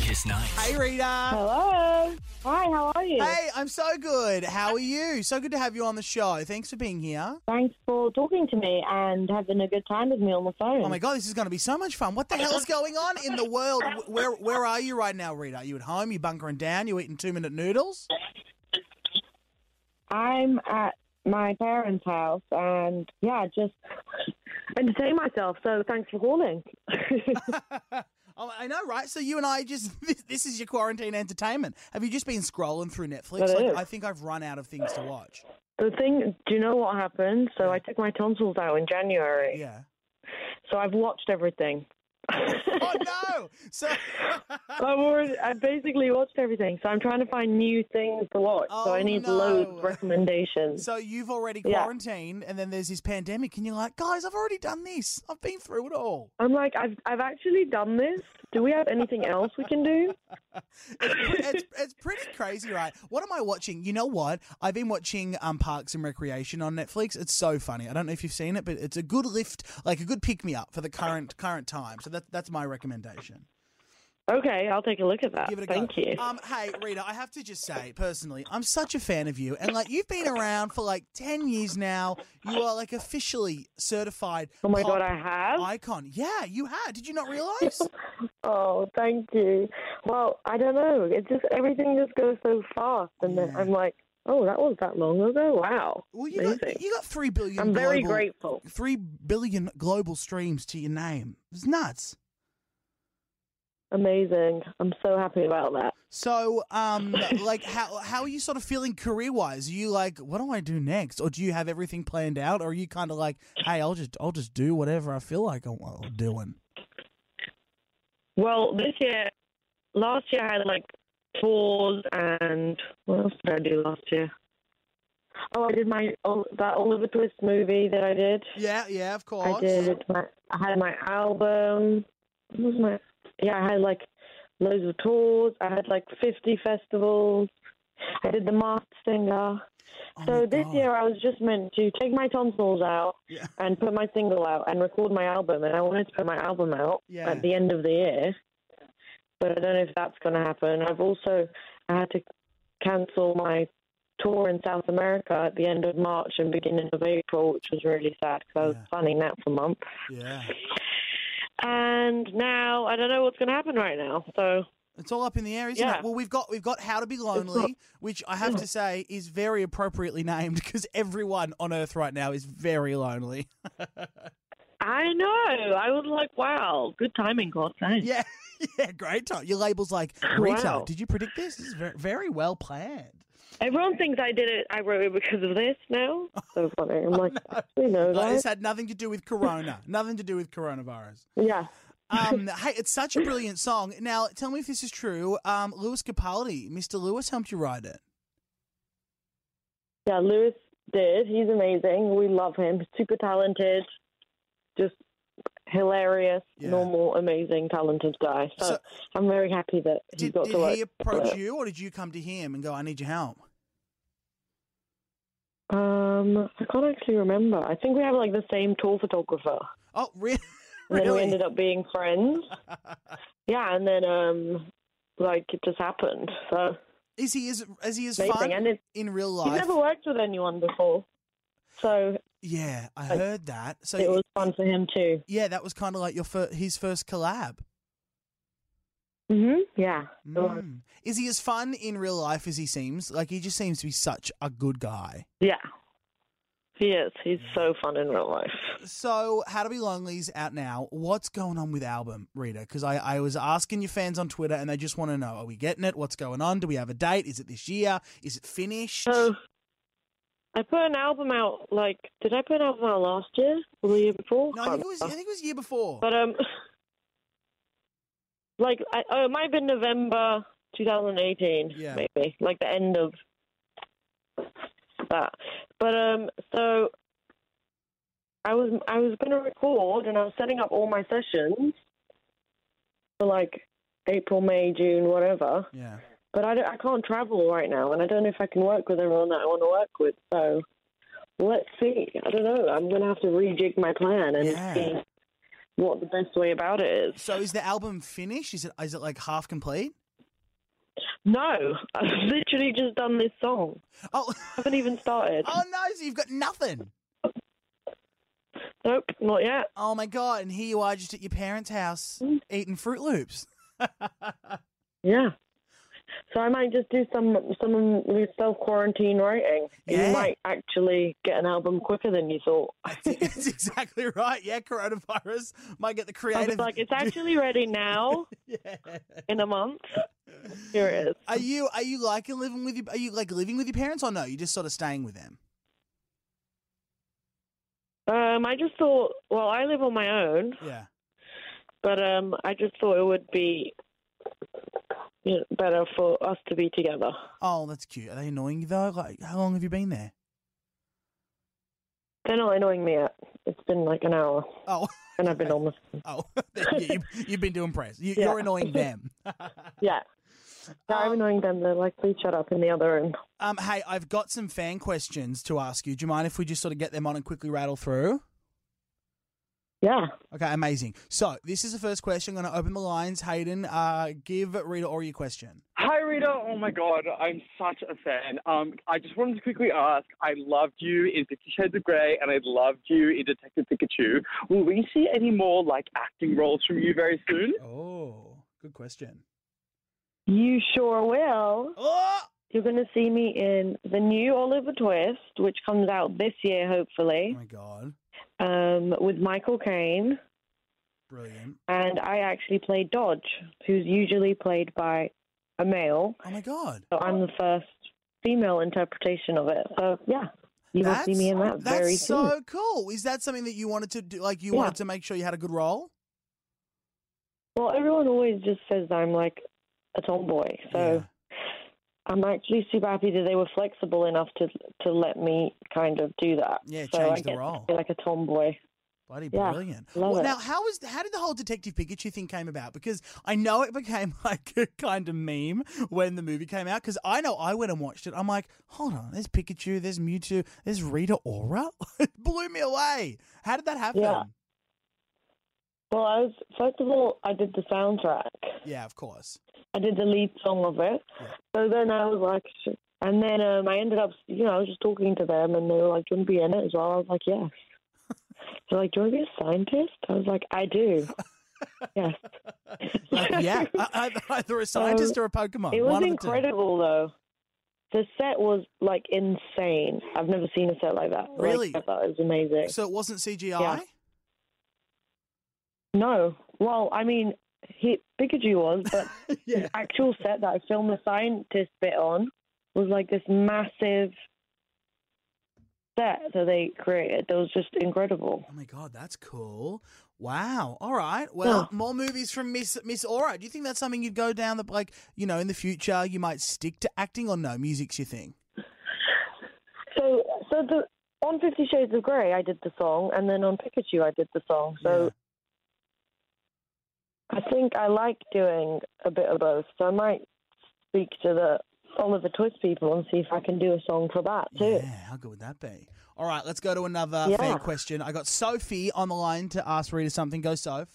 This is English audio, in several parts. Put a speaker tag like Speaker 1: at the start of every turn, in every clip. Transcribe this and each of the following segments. Speaker 1: Kiss Nights.
Speaker 2: Hey, Rita.
Speaker 3: Hello. Hi, how are you?
Speaker 2: Hey, I'm so good. How are you? So good to have you on the show. Thanks for being here.
Speaker 3: Thanks for talking to me and having a good time with me on the phone.
Speaker 2: Oh my god, this is going to be so much fun. What the hell's going on in the world? Wh- Where where are you right now, Rita? Are you at home? You bunkering down? You eating two minute noodles?
Speaker 3: I'm at my parents' house and yeah, just entertain myself. So thanks for calling.
Speaker 2: Oh, I know, right? So you and I just this, this is your quarantine entertainment. Have you just been scrolling through Netflix?
Speaker 3: That
Speaker 2: Like,
Speaker 3: is.
Speaker 2: I think I've run out of things to watch.
Speaker 3: the thing, do you know what happened? So I took my tonsils out in January.
Speaker 2: Yeah.
Speaker 3: So I've watched everything.
Speaker 2: Oh no! So
Speaker 3: I've already, I basically watched everything. So I'm trying to find new things to watch. so
Speaker 2: Oh,
Speaker 3: I need
Speaker 2: no.
Speaker 3: loads of recommendations.
Speaker 2: so you've already
Speaker 3: Yeah.
Speaker 2: quarantined, and then there's this pandemic, and you're like, guys, I've already done this. I've been through it all.
Speaker 3: I'm like, I've I've actually done this. Do we have anything else we can do?
Speaker 2: it's, it's pretty crazy, right? What am I watching? You know what? I've been watching um, Parks and Recreation on Netflix. It's so funny. I don't know if you've seen it, but it's a good lift, like a good pick me up for the current current time. So that, that's my recommendation.
Speaker 3: Okay, I'll take a look at that.
Speaker 2: Give it a
Speaker 3: Thank
Speaker 2: go.
Speaker 3: you.
Speaker 2: Um, hey, Rita, I have to just say, personally, I'm such a fan of you, and like you've been around for like ten years now. You are like officially certified.
Speaker 3: oh my
Speaker 2: pop
Speaker 3: god, I have.
Speaker 2: icon. Yeah, you had. Did you not realize?
Speaker 3: Oh, thank you. Well, I don't know. It's just everything just goes so fast, and then
Speaker 2: Yeah.
Speaker 3: I'm like, oh, that was that long ago. Wow,
Speaker 2: Well, you got,
Speaker 3: Amazing.
Speaker 2: you got three billion.
Speaker 3: I'm very
Speaker 2: global-
Speaker 3: grateful.
Speaker 2: three billion global streams to your name. It's nuts.
Speaker 3: Amazing. I'm so happy about that.
Speaker 2: So, um, like, how how are you sort of feeling career wise? Are you like, what do I do next, or do you have everything planned out, or are you kind of like, hey, I'll just I'll just do whatever I feel like I'm I'm doing?
Speaker 3: Well, this year, last year I had like tours and what else did I do last year? Oh, I did my oh, that Oliver Twist movie that I did.
Speaker 2: Yeah, yeah, of course.
Speaker 3: I did. My, I had my album. What was my? Yeah, I had like loads of tours. I had like 50 festivals. I did the Masked Singer.
Speaker 2: Oh my
Speaker 3: so this
Speaker 2: God.
Speaker 3: year I was just meant to take my tonsils out
Speaker 2: Yeah.
Speaker 3: and put my single out and record my album. And I wanted to put my album out
Speaker 2: Yeah.
Speaker 3: at the end of the year, but I don't know if that's going to happen. I've also I had to cancel my tour in South America at the end of March and beginning of April, which was really sad because I was
Speaker 2: Yeah.
Speaker 3: planning that for a month.
Speaker 2: yeah,
Speaker 3: And now I don't know what's going to happen right now. So
Speaker 2: it's all up in the air, isn't
Speaker 3: Yeah.
Speaker 2: it? Well, we've got we've got How to Be Lonely, which I have to say is very appropriately named because everyone on Earth right now is very lonely.
Speaker 3: I know. I was like, wow, good timing, God. Thanks.
Speaker 2: Yeah, yeah, great time. Your label's like Rita.
Speaker 3: Wow.
Speaker 2: Did you predict this? This is very, very well planned.
Speaker 3: Everyone thinks I did it. I wrote it because of this now. So funny. I'm like, we know
Speaker 2: Like,
Speaker 3: that.
Speaker 2: this had nothing to do with Corona. nothing to do with coronavirus.
Speaker 3: Yeah.
Speaker 2: Um, hey, it's such a brilliant song. Now, tell me if this is true. Um, Lewis Capaldi, Mr. Lewis, helped you write it.
Speaker 3: Yeah, Lewis did. He's amazing. We love him. He's super talented. Just hilarious,
Speaker 2: Yeah.
Speaker 3: normal, amazing, talented guy. So,
Speaker 2: So-
Speaker 3: I'm very happy that he
Speaker 2: Did,
Speaker 3: got
Speaker 2: did
Speaker 3: to work.
Speaker 2: he approach
Speaker 3: with-
Speaker 2: you, or did you come to him and go, "I need your help"?
Speaker 3: Um, I can't actually remember. I think we have like the same tour photographer.
Speaker 2: Oh, re-
Speaker 3: And then we ended
Speaker 2: really?
Speaker 3: up being friends. yeah, and then um like it just happened. So
Speaker 2: Is he as as he is
Speaker 3: amazing.
Speaker 2: fun
Speaker 3: And it,
Speaker 2: in real
Speaker 3: he's
Speaker 2: life?
Speaker 3: never worked with anyone before. So
Speaker 2: Yeah, I heard that. So
Speaker 3: it was fun for him too.
Speaker 2: yeah, that was kind of like your fir- his first collab.
Speaker 3: Mhm. Yeah. it was.
Speaker 2: Mm-hmm. Mm. Is he as fun in real life as he seems? Like he just seems to be such a good guy.
Speaker 3: Yeah. He is. He's so fun in real life.
Speaker 2: So, How to Be Lonely's out now. What's going on with album, Rita? Because I, I was asking your fans on Twitter, and they just want to know: Are we getting it? What's going on? Do we have a date? Is it this year? Is it finished?
Speaker 3: So I put an album out like did I put an album out last year or the year before?
Speaker 2: no, I think
Speaker 3: Can't
Speaker 2: it was. I
Speaker 3: remember.
Speaker 2: think it was year before.
Speaker 3: But um like I, oh, it might have been November 2018
Speaker 2: Yeah.
Speaker 3: maybe. Like the end of that. But um so I was I was going to record and I was setting up all my sessions for like April, May, June, whatever.
Speaker 2: yeah.
Speaker 3: But I, don't- I can't travel right now, and I don't know if I can work with everyone that I want to work with. So let's see. I don't know. I'm going to have to rejig my plan and
Speaker 2: Yeah.
Speaker 3: see what the best way about it is.
Speaker 2: So is the album finished? Is it is it like half complete?
Speaker 3: No, I've literally just done this song.
Speaker 2: Oh,
Speaker 3: I haven't even started.
Speaker 2: oh no! So you've got nothing.
Speaker 3: Nope, not yet.
Speaker 2: Oh my god! And here you are, just at your parents' house, eating Fruit Loops.
Speaker 3: Yeah. So I might just do some some with self quarantine writing. and
Speaker 2: Yeah.
Speaker 3: You might actually get an album quicker than you thought.
Speaker 2: I think that's exactly right. Yeah, coronavirus might get the
Speaker 3: I
Speaker 2: creative.
Speaker 3: was like, it's actually ready now
Speaker 2: Yeah.
Speaker 3: in a month. Here it is.
Speaker 2: Are you are you like living with your are you like living with your parents or no? You're just sort of staying with them.
Speaker 3: Um, I just thought, well, I live on my own,
Speaker 2: Yeah.
Speaker 3: but um, I just thought it would be you know, better for us to be together.
Speaker 2: Oh, that's cute. Are they annoying you though? Like, how long have you been there?
Speaker 3: They're not annoying me yet. It's been like an hour,
Speaker 2: Oh,
Speaker 3: and I've been on the
Speaker 2: oh, you, you've been doing press. You,
Speaker 3: Yeah.
Speaker 2: You're annoying them.
Speaker 3: yeah. No, I'm annoying them. They're like, please shut up in the other room.
Speaker 2: Um, hey, I've got some fan questions to ask you. Do you mind if we just sort of get them on and quickly rattle through?
Speaker 3: Yeah.
Speaker 2: Okay, amazing. So this is the first question. I'm going to open the lines. Hayden, uh, give Rita or your question.
Speaker 4: Hi, Rita. Oh my God, I'm such a fan. Um, I just wanted to quickly ask. I loved you in Fifty Shades of Grey, and I loved you in Detective Pikachu. Will we see any more like acting roles from you very soon?
Speaker 2: Oh, good question.
Speaker 3: You sure will.
Speaker 2: Oh,
Speaker 3: You're going to see me in the new Oliver Twist, which comes out this year,
Speaker 2: oh
Speaker 3: hopefully,
Speaker 2: my god,
Speaker 3: um, with Michael Caine.
Speaker 2: brilliant. Oh
Speaker 3: And I actually play Dodge, who's usually played by a male.
Speaker 2: Oh my god.
Speaker 3: So I'm the first female interpretation of it. So, yeah, you will see me in that
Speaker 2: that's
Speaker 3: very
Speaker 2: so
Speaker 3: soon.
Speaker 2: cool. Is that something that you wanted to do? Like you
Speaker 3: Yeah.
Speaker 2: wanted to make sure you had a good role?
Speaker 3: Well, everyone always just says I'm like a tomboy. So
Speaker 2: Yeah.
Speaker 3: I'm actually super happy that they were flexible enough to to let me kind of do that.
Speaker 2: Yeah,
Speaker 3: so
Speaker 2: change
Speaker 3: I
Speaker 2: the
Speaker 3: get to
Speaker 2: role.
Speaker 3: feel like a tomboy.
Speaker 2: Bloody
Speaker 3: Yeah,
Speaker 2: brilliant!
Speaker 3: love
Speaker 2: Well,
Speaker 3: it.
Speaker 2: now, how was how did the whole Detective Pikachu thing came about? Because I know it became like a kind of meme when the movie came out. Because I know I went and watched it. I'm like, hold on, there's Pikachu, there's Mewtwo, there's Rita Ora. it blew me away. How did that happen?
Speaker 3: Yeah. Well, I was first of all, I did the soundtrack.
Speaker 2: Yeah, of course.
Speaker 3: I did the lead song of it.
Speaker 2: Yeah.
Speaker 3: So then I was like, sh- and then um, I ended up, you know, I was just talking to them, and they were like, "Do you want to be in it as well?" I was like, "Yes." They're like, "Do you want to be a scientist?" I was like, "I do." yes.
Speaker 2: Like, yeah, I, I, either a scientist or a Pokemon.
Speaker 3: Um, It was
Speaker 2: One of the two.
Speaker 3: incredible, though. The set was like insane. I've never seen a set like that. like,
Speaker 2: Really?
Speaker 3: ever. It was amazing.
Speaker 2: So it wasn't CGI.
Speaker 3: Yeah. no, well, I mean, he, Pikachu was, but
Speaker 2: Yeah.
Speaker 3: the actual set that I filmed the scientist bit on was like this massive set that they created. That was just incredible.
Speaker 2: Oh my god, that's cool! Wow. All right. Well,
Speaker 3: Yeah.
Speaker 2: more movies from Miss Miss Aura. Do you think that's something you'd go down the like? You know, in the future, you might stick to acting, or no, music's your thing.
Speaker 3: So, so the on Fifty Shades of Grey, I did the song, and then on Pikachu, I did the song. So.
Speaker 2: Yeah.
Speaker 3: I think I like doing a bit of both, so I might speak to the Oliver Twist people and see if I can do a song for that too.
Speaker 2: Yeah. How good would that be? All right. Let's go to another
Speaker 3: Yeah.
Speaker 2: fair question. I got Sophie on the line to ask Rita something. Go, Soph.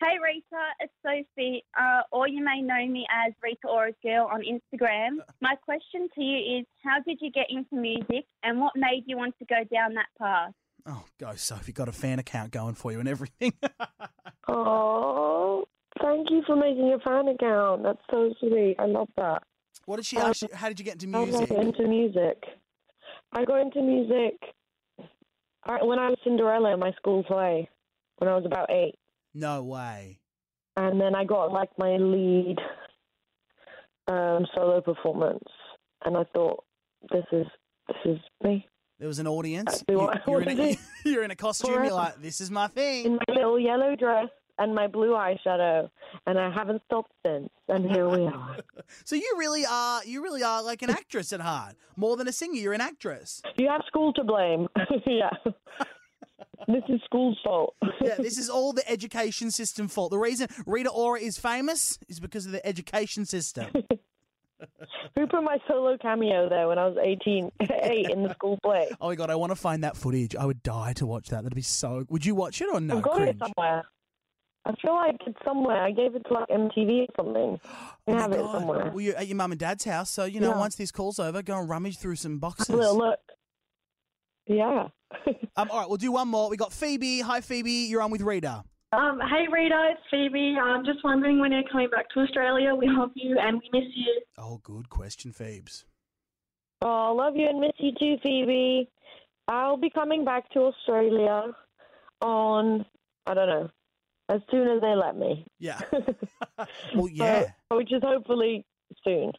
Speaker 5: Hey Rita, it's Sophie, uh, or you may know me as Rita Aura Girl on Instagram. My question to you is how did you get into music and what made you want to go down that path?
Speaker 2: Oh, go, Sophie. Got a fan account going for you and everything.
Speaker 3: Oh, thank you for making a fan account. That's so sweet. I love that.
Speaker 2: what did she
Speaker 3: Um,
Speaker 2: ask? you? How did you get into
Speaker 3: How did I
Speaker 2: music?
Speaker 3: got into music. I got into music I- when I was Cinderella in my school play when I was about eight,
Speaker 2: No way.
Speaker 3: and then I got like my lead um, solo performance, and I thought this is this is me.
Speaker 2: There was an audience.
Speaker 3: Actually, what-
Speaker 2: you're,
Speaker 3: Uh, what
Speaker 2: in a,
Speaker 3: is
Speaker 2: you're in a costume. You're
Speaker 3: Forever.
Speaker 2: like, this is my
Speaker 3: in
Speaker 2: thing.
Speaker 3: my little yellow dress and my blue eyeshadow, and I haven't stopped since. And here we are.
Speaker 2: So you really are you really are like an actress at heart. More than a singer, you're an actress.
Speaker 3: You have school to blame. yeah. this is school's fault.
Speaker 2: Yeah, this is all the education system fault. The reason Rita Ora is famous is because of the education system.
Speaker 3: Who put my solo cameo there when I was 18, 8 in the school play?
Speaker 2: Oh my god, I want to find that footage. I would die to watch that. That'd be so Would you watch it or no?
Speaker 3: I've got
Speaker 2: Cringe.
Speaker 3: it somewhere. I feel like it's somewhere. I gave it to like MTV or something. I
Speaker 2: Oh my
Speaker 3: have it
Speaker 2: God.
Speaker 3: somewhere.
Speaker 2: Well, you're at your mum and dad's house, so you know
Speaker 3: Yeah.
Speaker 2: once this call's over, go and rummage through some boxes.
Speaker 3: Well, look. Yeah.
Speaker 2: Um, all right, we'll do one more. We got Phoebe. Hi, Phoebe. You're on with Rita.
Speaker 6: Um, hey Rita, it's Phoebe. I'm just wondering when you're coming back to Australia. We love you and we miss you.
Speaker 2: Oh, good question, Phoebes.
Speaker 3: Oh, love you and miss you too, Phoebe. I'll be coming back to Australia on I don't know as soon as they let me,
Speaker 2: Yeah. well, yeah.
Speaker 3: which is hopefully soon.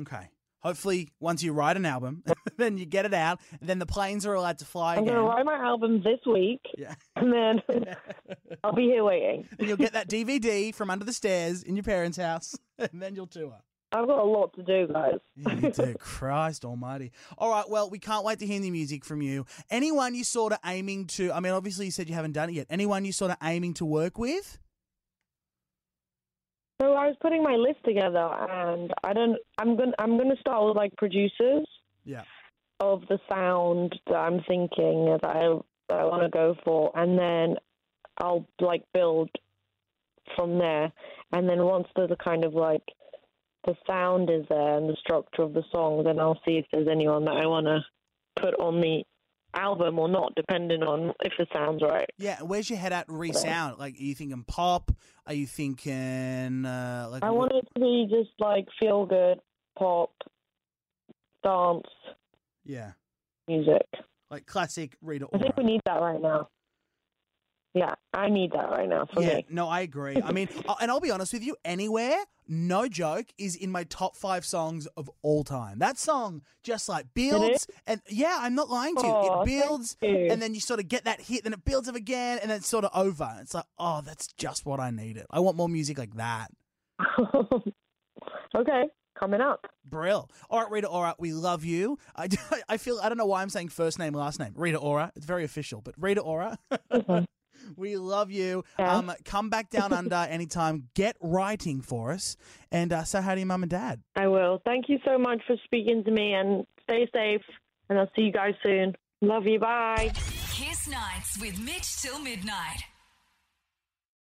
Speaker 2: Okay. Hopefully, once you write an album, then you get it out, and then the planes are allowed to fly
Speaker 3: I'm
Speaker 2: again.
Speaker 3: gonna write my album this week,
Speaker 2: Yeah.
Speaker 3: and then I'll be here waiting.
Speaker 2: and you'll get that DVD from under the stairs in your parents' house, and then you'll tour.
Speaker 3: I've got a lot to do, guys.
Speaker 2: Yeah, dear Christ Almighty! All right, well, we can't wait to hear the music from you. Anyone you sort of aiming to? I mean, obviously you said you haven't done it yet. Anyone you sort of aiming to work with?
Speaker 3: So I was putting my list together, and I don't. I'm gonna. I'm gonna start with like producers
Speaker 2: Yeah.
Speaker 3: of the sound that I'm thinking that I that I want to go for, and then I'll like build from there. And then once the the kind of like the sound is there and the structure of the song, then I'll see if there's anyone that I want to put on the album or not, depending on if the sound's right.
Speaker 2: Yeah, where's your head at resound? Like, are you thinking pop? Are you thinking uh, like?
Speaker 3: I
Speaker 2: what-
Speaker 3: want it to be just like feel good pop dance
Speaker 2: Yeah,
Speaker 3: music.
Speaker 2: like classic Rita
Speaker 3: I think we
Speaker 2: Ora.
Speaker 3: need that right now. Yeah, I need that right now for
Speaker 2: Yeah,
Speaker 3: me.
Speaker 2: no, I agree. I mean, I- and I'll be honest with you, anywhere, no joke, is in my top five songs of all time. That song just like builds, and yeah, I'm not lying to you.
Speaker 3: Aw,
Speaker 2: it
Speaker 3: thank
Speaker 2: builds,
Speaker 3: you.
Speaker 2: and then you sort of get that hit, then it builds up again, and then it's sort of over. It's like, oh, that's just what I needed. I want more music like that.
Speaker 3: okay, coming up.
Speaker 2: Brill. All right, Rita Ora, we love you. I, I feel, I don't know why I'm saying first name, last name. Rita Ora. It's very official, but Rita Ora. we love you.
Speaker 3: Yeah.
Speaker 2: Um, come back down under anytime. Get writing for us and uh, say hi to your mum and dad.
Speaker 3: I will. Thank you so much for speaking to me and stay safe. And I'll see you guys soon. Love you. Bye.
Speaker 7: Kiss Nights with Mitch till midnight.